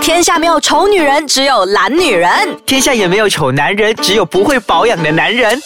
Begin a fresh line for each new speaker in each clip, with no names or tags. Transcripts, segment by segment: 天下没有丑女人，只有懒女人。
天下也没有丑男人，只有不会保养的男人。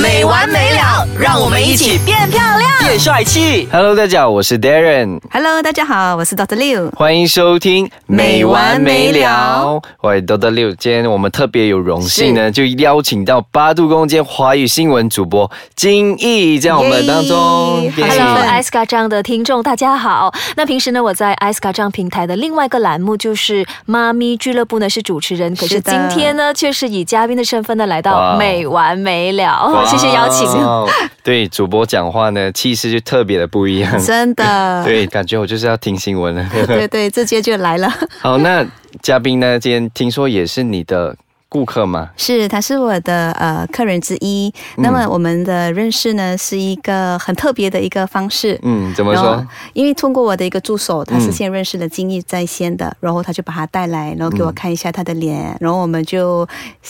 没完没了，让我们一起变漂亮。
变帅气。
Hello，大家好，我是 Darren，
Hello，大家好，我是 Doctor Liu。
欢迎收听《
没完没了》。
我是多多六，今天我们特别有荣幸呢，就邀请到八度空间华语新闻主播金毅在我们当中。
耶
Hello，
兴奋
i s c a 这样的听众，大家好。那平时呢，我在 i s c a 这样平台的另外一个栏目就是“妈咪俱乐部”呢，是主持人。可是
是的
今天呢，却是以嘉宾的身份呢来
哇
到
哦
没完没了。哦谢谢邀请。
哇对，主播讲话呢，气势就特别的不一样。
真
啊
的，
对，感觉我就是要听新闻了。
对对，直接就来了。
好，那嘉宾呢，今天听说也是你的顾客嘛？
是，他是我的呃客人之一。那么我们的认识呢，是一个很特别的一个方式。
嗯，怎么
然后
哦
说？，
因为通过我的一个助手，他
嗯
是先认识了金毅在先的，然后他就把他带来，然后给我看一下他的脸，然后我们就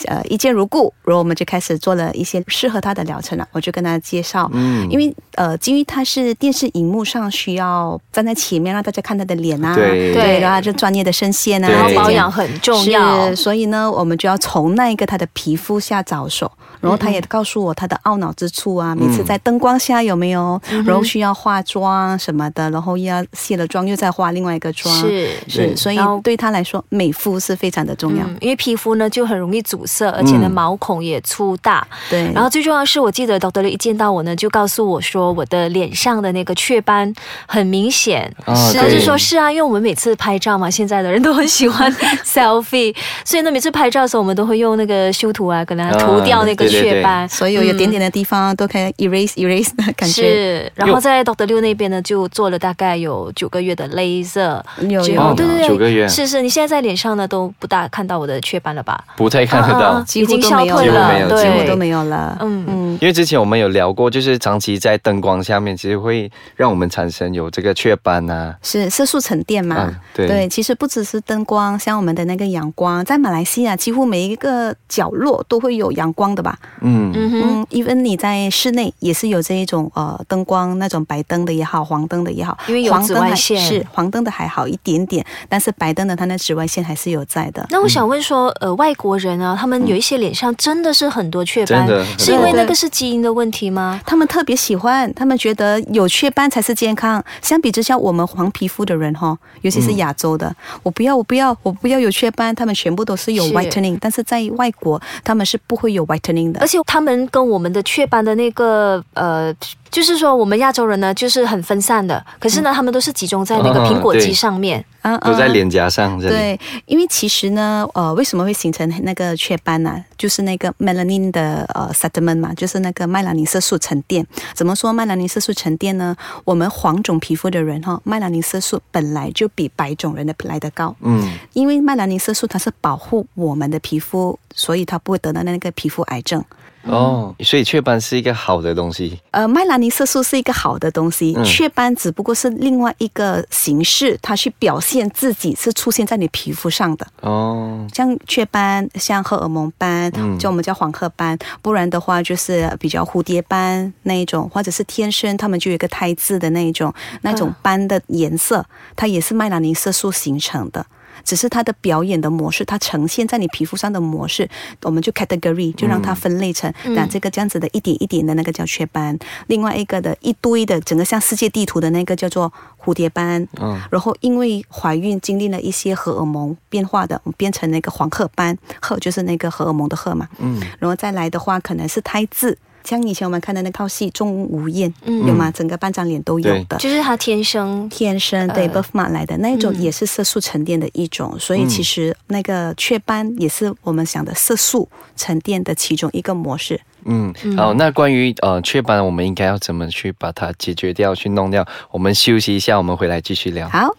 呃一见如故，然后我们就开始做了一些适合他的疗程了。我就跟他介绍，
嗯
因为呃，金毅他是电视荧幕上需要站在前面让大家看他的脸啊，
对
对
然后他就专业的声线啊，
对
然后
这
保
些
养很重要
是，。所以呢，我们就要从那一个他的皮肤下着手。
嗯
然后他也告诉我他的懊恼之处啊，每次在灯光下有没有，
嗯
然后需要化妆什么的，然后又要卸了妆又再化另外一个妆，
是
是，所以
然后
对他来说美肤是非常的重要。
嗯，因为皮肤呢就很容易阻塞，
嗯
而且呢毛孔也粗大。
对，
嗯
然后最重要的是，我记得 Doctor 一见到我呢，就告诉我说我的脸上的那个雀斑很明显。
啊
是
他
对
就说是啊，因为我们每次拍照嘛，现在的人都很喜 欢 selfie，所以呢，每次拍照的时候，我们都会用那个修图啊，给它涂掉那个
啊对对对
雀斑。嗯
所有有点点的地方都可以 erase erase 的感觉，
是，然后在 Doctor 六那边呢，就做了大概有九个月的 laser，
有
只有
有
哦
有
对对对，
九个月
是是，你现在在脸上呢都不大看到我的雀斑了吧？
不太看得到。
啊啊啊
几
已
乎
经
都
消
没有
退了，
了几乎没有
几
对
乎都没有了。
嗯
嗯，
因为之前我们有聊过，就是长期在灯光下面，其实会让我们产生有这个雀斑啊。
是色素沉淀嘛？
嗯对
其实不只是灯光，像我们的那个阳光，在马来西亚几乎每一个角落都会有阳光的吧？
嗯，
嗯哼，
嗯，even 你在室内也是有这一种呃灯光，那种白灯的也好，黄灯的也好，
因为有
黄
紫
灯
外
还
线
是黄灯的还好一点点，但是白灯的它那紫外线还是有在的。
那我想问说，呃，外国人啊，他们有一些脸上真的是很多雀斑
真的，
是因为
对
那个是基因的问题吗？
他们特别喜欢，他们觉得有雀斑才是健康。相比之下，我们黄皮肤的人哈，尤其
嗯
是亚洲的，我不要，我不要，我不要有雀斑，他们全部都是有
是
whitening，但是在外国他们是不会有 whitening
而
的。
且他们跟我们的雀斑的那个呃，就是说我们亚洲人呢，就是很分散的，可是呢，他们都是集中在那个
啊
苹果肌
对
上面。
啊
都在。脸颊上这里。
对，因为其实呢，呃，为什么会形成那个雀斑呢、啊就是那个 melanin 的呃 sediment 嘛，就是那个麦兰尼色素沉淀。怎么说麦兰尼色素沉淀呢？我们黄种皮肤的人哈，麦兰尼色素本来就比白种人的来得高。
嗯，
因为麦兰尼色素它是保护我们的皮肤，所以它不会得到那个皮肤癌症。
哦，所以雀斑是一个好的东西。
呃，麦兰尼色素是一个好的东西，
嗯
雀斑只不过是另外一个形式，它去表现自己是出现在你皮肤上的。
哦，
像雀斑、像荷尔蒙斑
嗯，
就我们叫黄褐斑，不然的话就是比较蝴蝶斑那一种，或者是天生他们就有一个胎痣的那一种，那
嗯
种斑的颜色，它也是麦兰尼色素形成的。只是它的表演的模式，它呈现在你皮肤上的模式，我们就 category 就让它分类成，
嗯
那、这个这样子的一点一点的那个叫雀斑，另外一个的一堆的整个像世界地图的那个叫做蝴蝶斑，
嗯
然后因为怀孕经历了一些荷尔蒙变化的，变成那个黄褐斑，褐就是那个荷尔蒙的褐嘛，
嗯，
然后再来的话可能是胎痣，像以前我们看的那套戏《钟无艳》，有
嗯
吗？整个半张脸都有的。
嗯就是他天生
天生
嗯
对 birthmark 来的那一种也是色素沉淀的一种，所
嗯
以其实那个雀斑也是我们讲的色素沉淀的其中一个模式。
嗯，好，那关于呃雀斑，我们应该要怎么去把它解决掉、去弄掉？我们休息一下，我们回来继续聊。
好，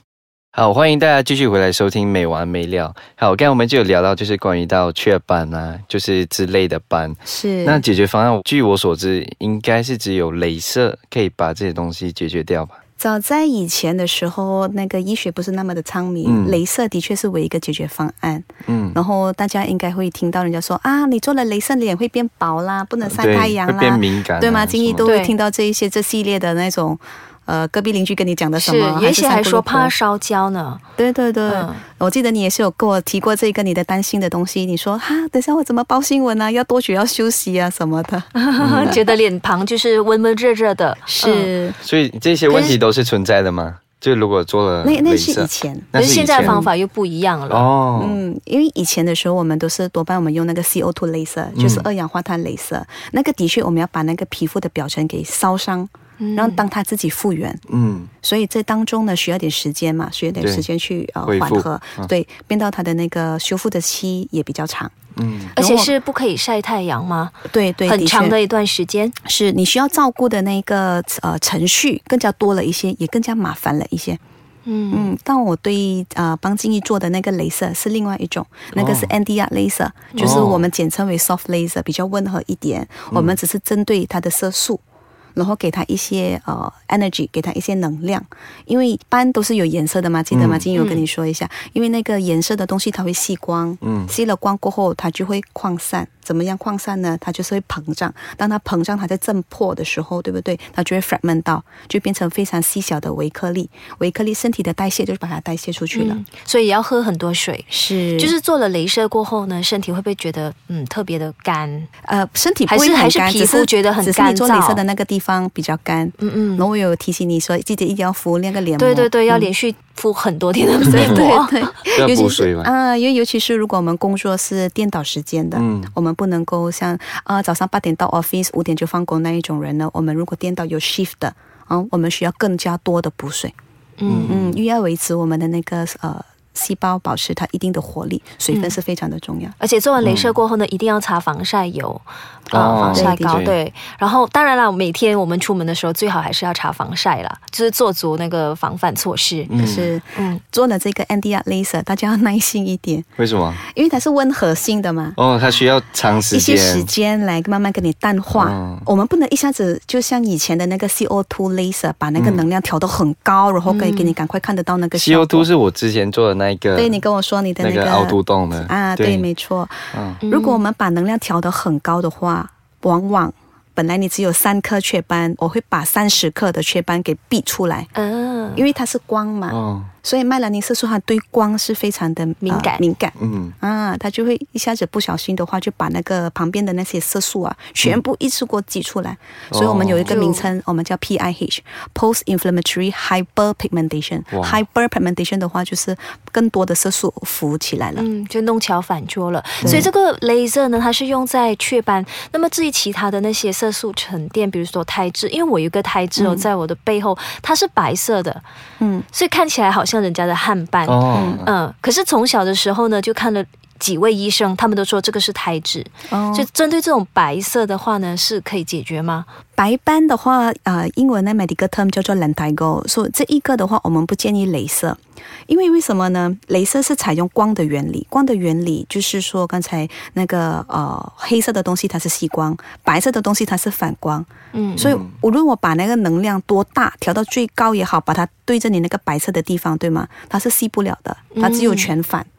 好，欢迎大家继续回来收听《没完没了》。好，刚才我们就有聊到，就是关于到雀斑啊，就是之类的斑。
是
那解决方案，据我所知，应该是只有镭射可以把这些东西解决掉吧？
早在以前的时候，那个医学不是那么的昌明，
嗯
镭射的确是唯一一个解决方案。
嗯，
然后大家应该会听到人家说啊，你做了镭射脸会变薄啦，不能晒
对
太阳
会变
啦，
敏感啊、
对吗？
什
金毅
么
都会
对
听到这一些这系列的那种呃隔壁邻居跟你讲的什么，
有一些还
是三姑
说
六婆
怕烧焦呢。
对对对，
嗯
我记得你也是有跟我提过这个你的担心的东西，你说哈，等下我怎么报新闻啊？要多久要休息啊什么的，
觉得脸庞就是温温热热的，嗯。
所以这些问题都是存在的吗？就如果做了
嗯那那是
镭射
以前。
可是现在
以
的
前
方法又不一样了。
哦，
嗯，因为以前的时候，我们都是多半我们用那个 CO2 镭射，就是
嗯
二氧化碳镭射。那个的确，我们要把那个皮肤的表层给烧伤，
嗯
然后当它自己复原。
嗯，
所以这当中呢，需要点时间嘛，需要点
对
时间去呃
恢
缓
复
和，对，变到它的那个修复的期也比较长。
嗯，
而且是不可以晒太阳吗？
对对，
很长
确
的一段时间。
是你需要照顾的那个呃程序更加多了一些，也更加麻烦了一些。
嗯，
嗯，但我对呃帮静怡做的那个镭射是另外一种，那个是 NDR 镭射，就是我们简称为 soft laser，比较温和一点。我们只是针对它的色素。然后给它一些呃 energy，给它一些能量，因为斑都是有颜色的嘛，记得吗？金怡，我跟你说一下，因为那个颜色的东西它会吸光，
嗯
吸了光过后它就会扩散，怎么样扩散呢？它就是会膨胀，当它膨胀，它在震破的时候，对不对？它就会 fragment 到，就变成非常细小的微颗粒，微颗粒身体的代谢就把它代谢出去了，
嗯所以也要喝很多水。
是
就
就是
是做了镭射过后呢，身体会不会觉得嗯特别的干？
呃身体不
还
会
是
很
还是
干
皮
只
肤觉得很
只是你做
干
镭
燥
射的那个地方比较干，
嗯嗯
然后我有提醒你说，记得一定要敷那个脸膜，
对对对，要
嗯
连续敷很多 天的面膜。
对
要
对，尤
补
其
水
是
嘛
啊，因为尤其是如果我们工作是颠倒时间的，
嗯
我们不能够像啊、早上八点到 office，五点就放工那一种人呢，我们如果颠倒有 shift 的，啊，我们需要更加多的补水，
嗯，
嗯，因为要维持我们的那个呃细胞保持它一定的活力，水分是非常的重要。
而且做完镭射过后呢，一定要擦防晒油，啊、
哦
防晒膏
对对
对。然后当然了，每天我们出门的时候最好还是要擦防晒啦，就是做足那个防范措施。
嗯
是
嗯，
做了这个 NDR laser，大家要耐心一点，
为什么？
因为它是温和性的嘛，
哦，它需要长时
一些
间，
时间来慢慢跟你淡化。
嗯
我们不能一下子就像以前的那个 CO2 laser 把那
嗯
个能量调得很高，然后给给你赶快看得到那个
CO
效果
2。是我之前做的那一个，
对你跟我说你的
那
个
个凹凸洞的
啊，对，没错。
嗯
如果我们把能量调得很高的话，往往本来你只有三颗雀斑，我会把三十克的雀斑给逼出来，
嗯，
因为它是光嘛，
哦，
所以麦兰尼色素它对光是非常的呃
敏感
敏感。
嗯，
啊，它就会一下子不小心的话，就把那个旁边的那些色素啊，全部一次过挤出来。所以我们有一个
就
名称，我们叫 PIH（Post Inflammatory Hyperpigmentation）。
哇
Hyperpigmentation 的话，就是更多的色素浮起来了。
嗯，就弄巧反拙了。所以这个 laser 呢，它是用在雀斑。那么至于其他的那些色素沉淀，比如说胎痣，因为我有一个胎痣哦，在我的背后，它是白色的，
嗯，
所以看起来好像人家的汗斑。
哦，
嗯，可是从小的时候呢，就看了。几位医生，他们都说这个是胎痣，
哦
所以针对这种白色的话呢，是可以解决吗？
白斑的话，呃，英文的 medical term 叫做 lentigo，所以这一个的话，我们不建议镭射，因为为什么呢？镭射是采用光的原理，光的原理就是说刚才那个呃黑色的东西它是吸光，白色的东西它是反光，
嗯
所以无论我把那个能量多大调到最高也好，把它对着你那个白色的地方，对吗？它是吸不了的，它只有全反，
哦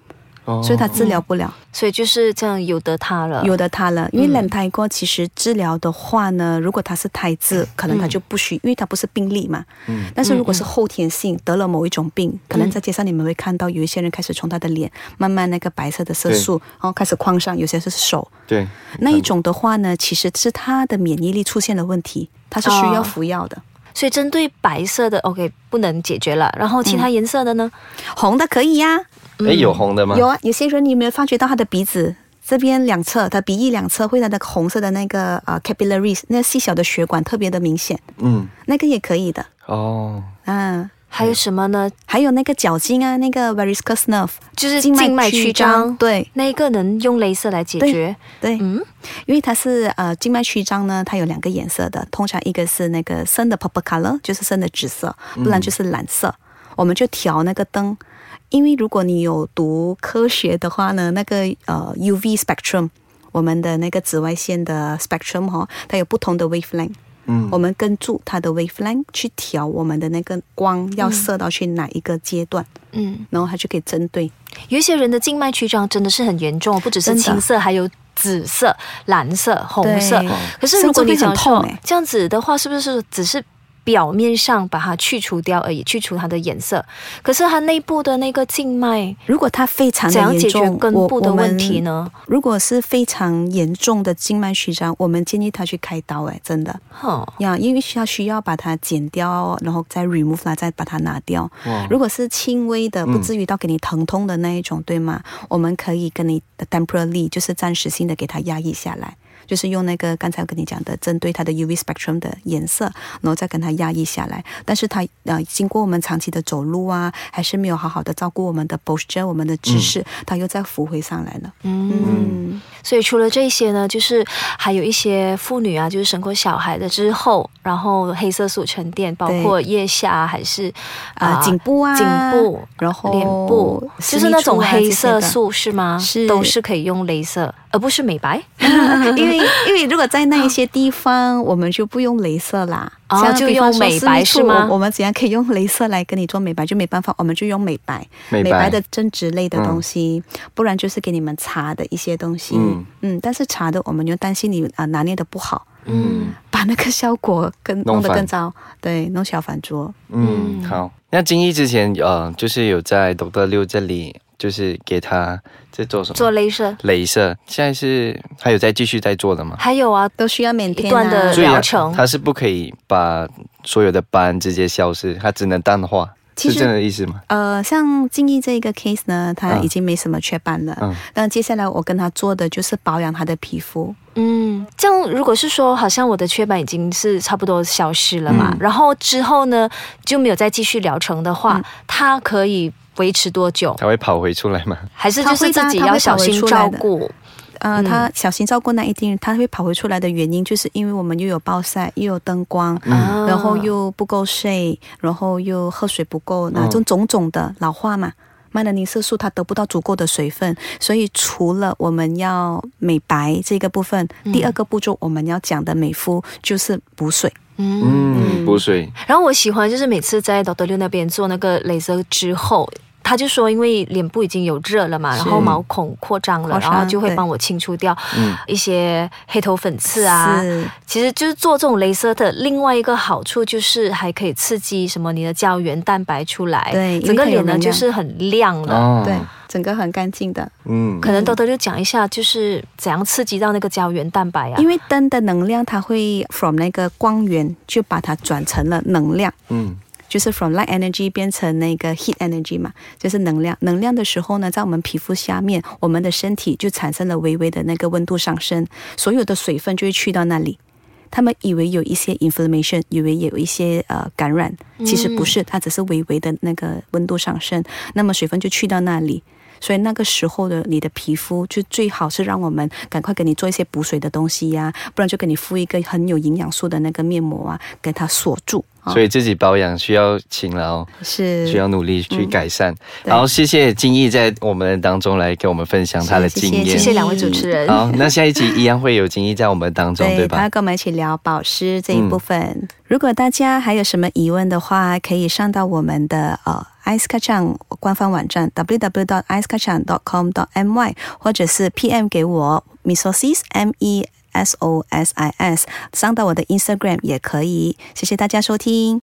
所以它治疗不了。
所以就是这样，有得它了。
有的它了，因为卵胎过其实治疗的话呢，如果它是胎痣，可能它就不需，因为它不是病例嘛。
嗯。
但是如果是后天性得了某一种病，可能在街上你们会看到有一些人开始从他的脸慢慢那个白色的色素，然后开始框上，有些是手
对，
那一种的话呢，其实是他的免疫力出现了问题，它是需
哦
要服药的。
所以针对白色的，OK，不能解决了。然后其他颜色的呢？
红的可以呀、
哎，有红的吗？
有啊，有些人你有没有发觉到他的鼻子这边两侧，他鼻翼两侧会有那个红色的那个呃 capillaries，那细小的血管特别的明显，
嗯，
那个也可以的。
哦，
嗯，
还有什么呢？
还有那个脚筋啊，那个 varicose nerve，
就是静脉曲张，
对
那一个能用镭射来解决。
对，
嗯，
因为它是呃静脉曲张呢，它有两个颜色的，通常一个是那个深的 purple color，就是深的紫色，不然就是蓝色。我们就调那个灯，因为如果你有读科学的话呢，那个呃 UV spectrum，我们的那个紫外线的 spectrum 哈、哦，它有不同的 wavelength。
嗯
我们跟住它的 wavelength 去调我们的那个光要射到去哪一个阶段，
嗯，
然后它就可以针对
有一些人的静脉曲张真的是很严重，不只是
真的
青色，还有紫色、蓝色、红色。
对
哦
可是如果你
甚至
讲
会很痛
说
欸
这样子的话，是不是只是表面上把它去除掉而已，去除它的颜色。可是它内部的那个静脉
如果它非常
怎
的
样解
严
决
重，
根部的问题
我
呢？
我们如果是非常严重的静脉曲张，我们建议他去开刀，哎，真的
哼，
呀，因为他需要把它剪掉，然后再 remove 它，再把它拿掉。如果是轻微的，不至于到给你疼痛的那一种，对吗？我们可以跟你 temporarily 就是暂时性的给它压抑下来。就是用那个刚才我跟你讲的，针对它的 UV spectrum 的颜色，然后再跟它压抑下来。但是它呃，经过我们长期的走路啊，还是没有好好的照顾我们的 posture，我们的姿势，它又再浮回上来了。嗯，
所以除了这些呢，就是还有一些妇女啊，就是生过小孩的之后，然后黑色素沉淀，包括腋下啊还是
啊、颈部啊，
颈部、
然后
脸部，
私
就
密
是那
处
种
啊
黑
这些
色
的
素是吗？
是
都是可以用镭射，而不是美 白。
因为因为如果在那一些地方，我们就不用镭射啦，
哦
像
就
比方
用
说
美
私
白
密处
是吗
我我们怎样可以用镭射来跟你做美白？就没办法，我们就用美白，
美白
的针织类的东西，不然就是给你们擦的一些东西。
嗯
嗯但是擦的我们就担心你啊、拿捏的不好，
嗯，
把那个效果更
弄
弄得
反
更糟，对，弄小反桌。
嗯，好。那金一之前呃，就是有在 Doctor 六这里，就是给他在做什么？
做镭射。
镭射。现在是还有在继续在做的吗？
还有啊，
都需要每天、啊、
一段的
所以
疗
它
程
它是不可以把所有的斑直接消失，它只能淡化，
其
是
实
这样的意思吗？
呃，像静怡这一个 case 呢，他
嗯
已经没什么雀斑了。
嗯
那接下来我跟他做的就是保养他的皮肤。
嗯，这样如果是说，好像我的雀斑已经是差不多消失了
嗯
嘛，然后之后呢就没有再继续疗程的话，
嗯
它可以维持多久？
它会跑回出来吗？
还是就是自己
它会的它
要
会
小
保
心
留出
照
来的
顾？
呃，他小心照顾那一定，他会跑回出来的原因，就是因为我们又有暴晒，又有灯光，
啊
嗯然后又不够睡，然后又喝水不够，那种种种的老化嘛。麦兰宁色素它得不到足够的水分，所以除了我们要美白这个部分，第二个步骤我们要讲的美肤就是补水。
嗯。
嗯，补水。
然后我喜欢就是每次在 Doctor 六那边做那个镭射之后。他就说，因为脸部已经有热了嘛，然后毛孔扩张了，
扩
然
张
后就会
对嗯
帮我清除掉一些黑头粉刺啊。
是
其实就是做这种镭射的另外一个好处就是还可以刺激什么你的胶原蛋白出来，
对因为
整个
它有
脸呢
能
就
量
是很亮了。
哦
对，，整个很干净的。
嗯，
可能 Doctor 六讲一下，就是怎样刺激到那个胶原蛋白啊？
因为灯的能量，它会 from 那个光源就把它转成了能量，
嗯，
就是 from light energy 变成那个 heat energy 嘛，就是能量。能量的时候呢，在我们皮肤下面，我们的身体就产生了微微的那个温度上升，所有的水分就会去到那里。他们以为有一些 inflammation，以为有一些呃感染，
嗯
其实不是，它只是微微的那个温度上升，那么水分就去到那里。所以那个时候的你的皮肤就最好是让我们赶快给你做一些补水的东西呀、不然就给你敷一个很有营养素的那个面膜啊，给它锁住。啊
所以自己保养需要哦勤劳。
是
需要努力去改善。
嗯对
好，谢谢金毅在我们当中来给我们分享他的
是谢
经
谢
验。
谢谢两位主持人。
好，那下一集一样会有金毅在我们当中，对
对，他
吧
要？跟我们一起聊保湿这一
嗯
部分。如果大家还有什么疑问的话，可以上到我们的呃 ice k a c a n 官方网站 www dot ice k a c a n dot com dot my，或者是 PM 给我 misosis m e s o s i s，上到我的 Instagram 也可以。谢谢大家收听。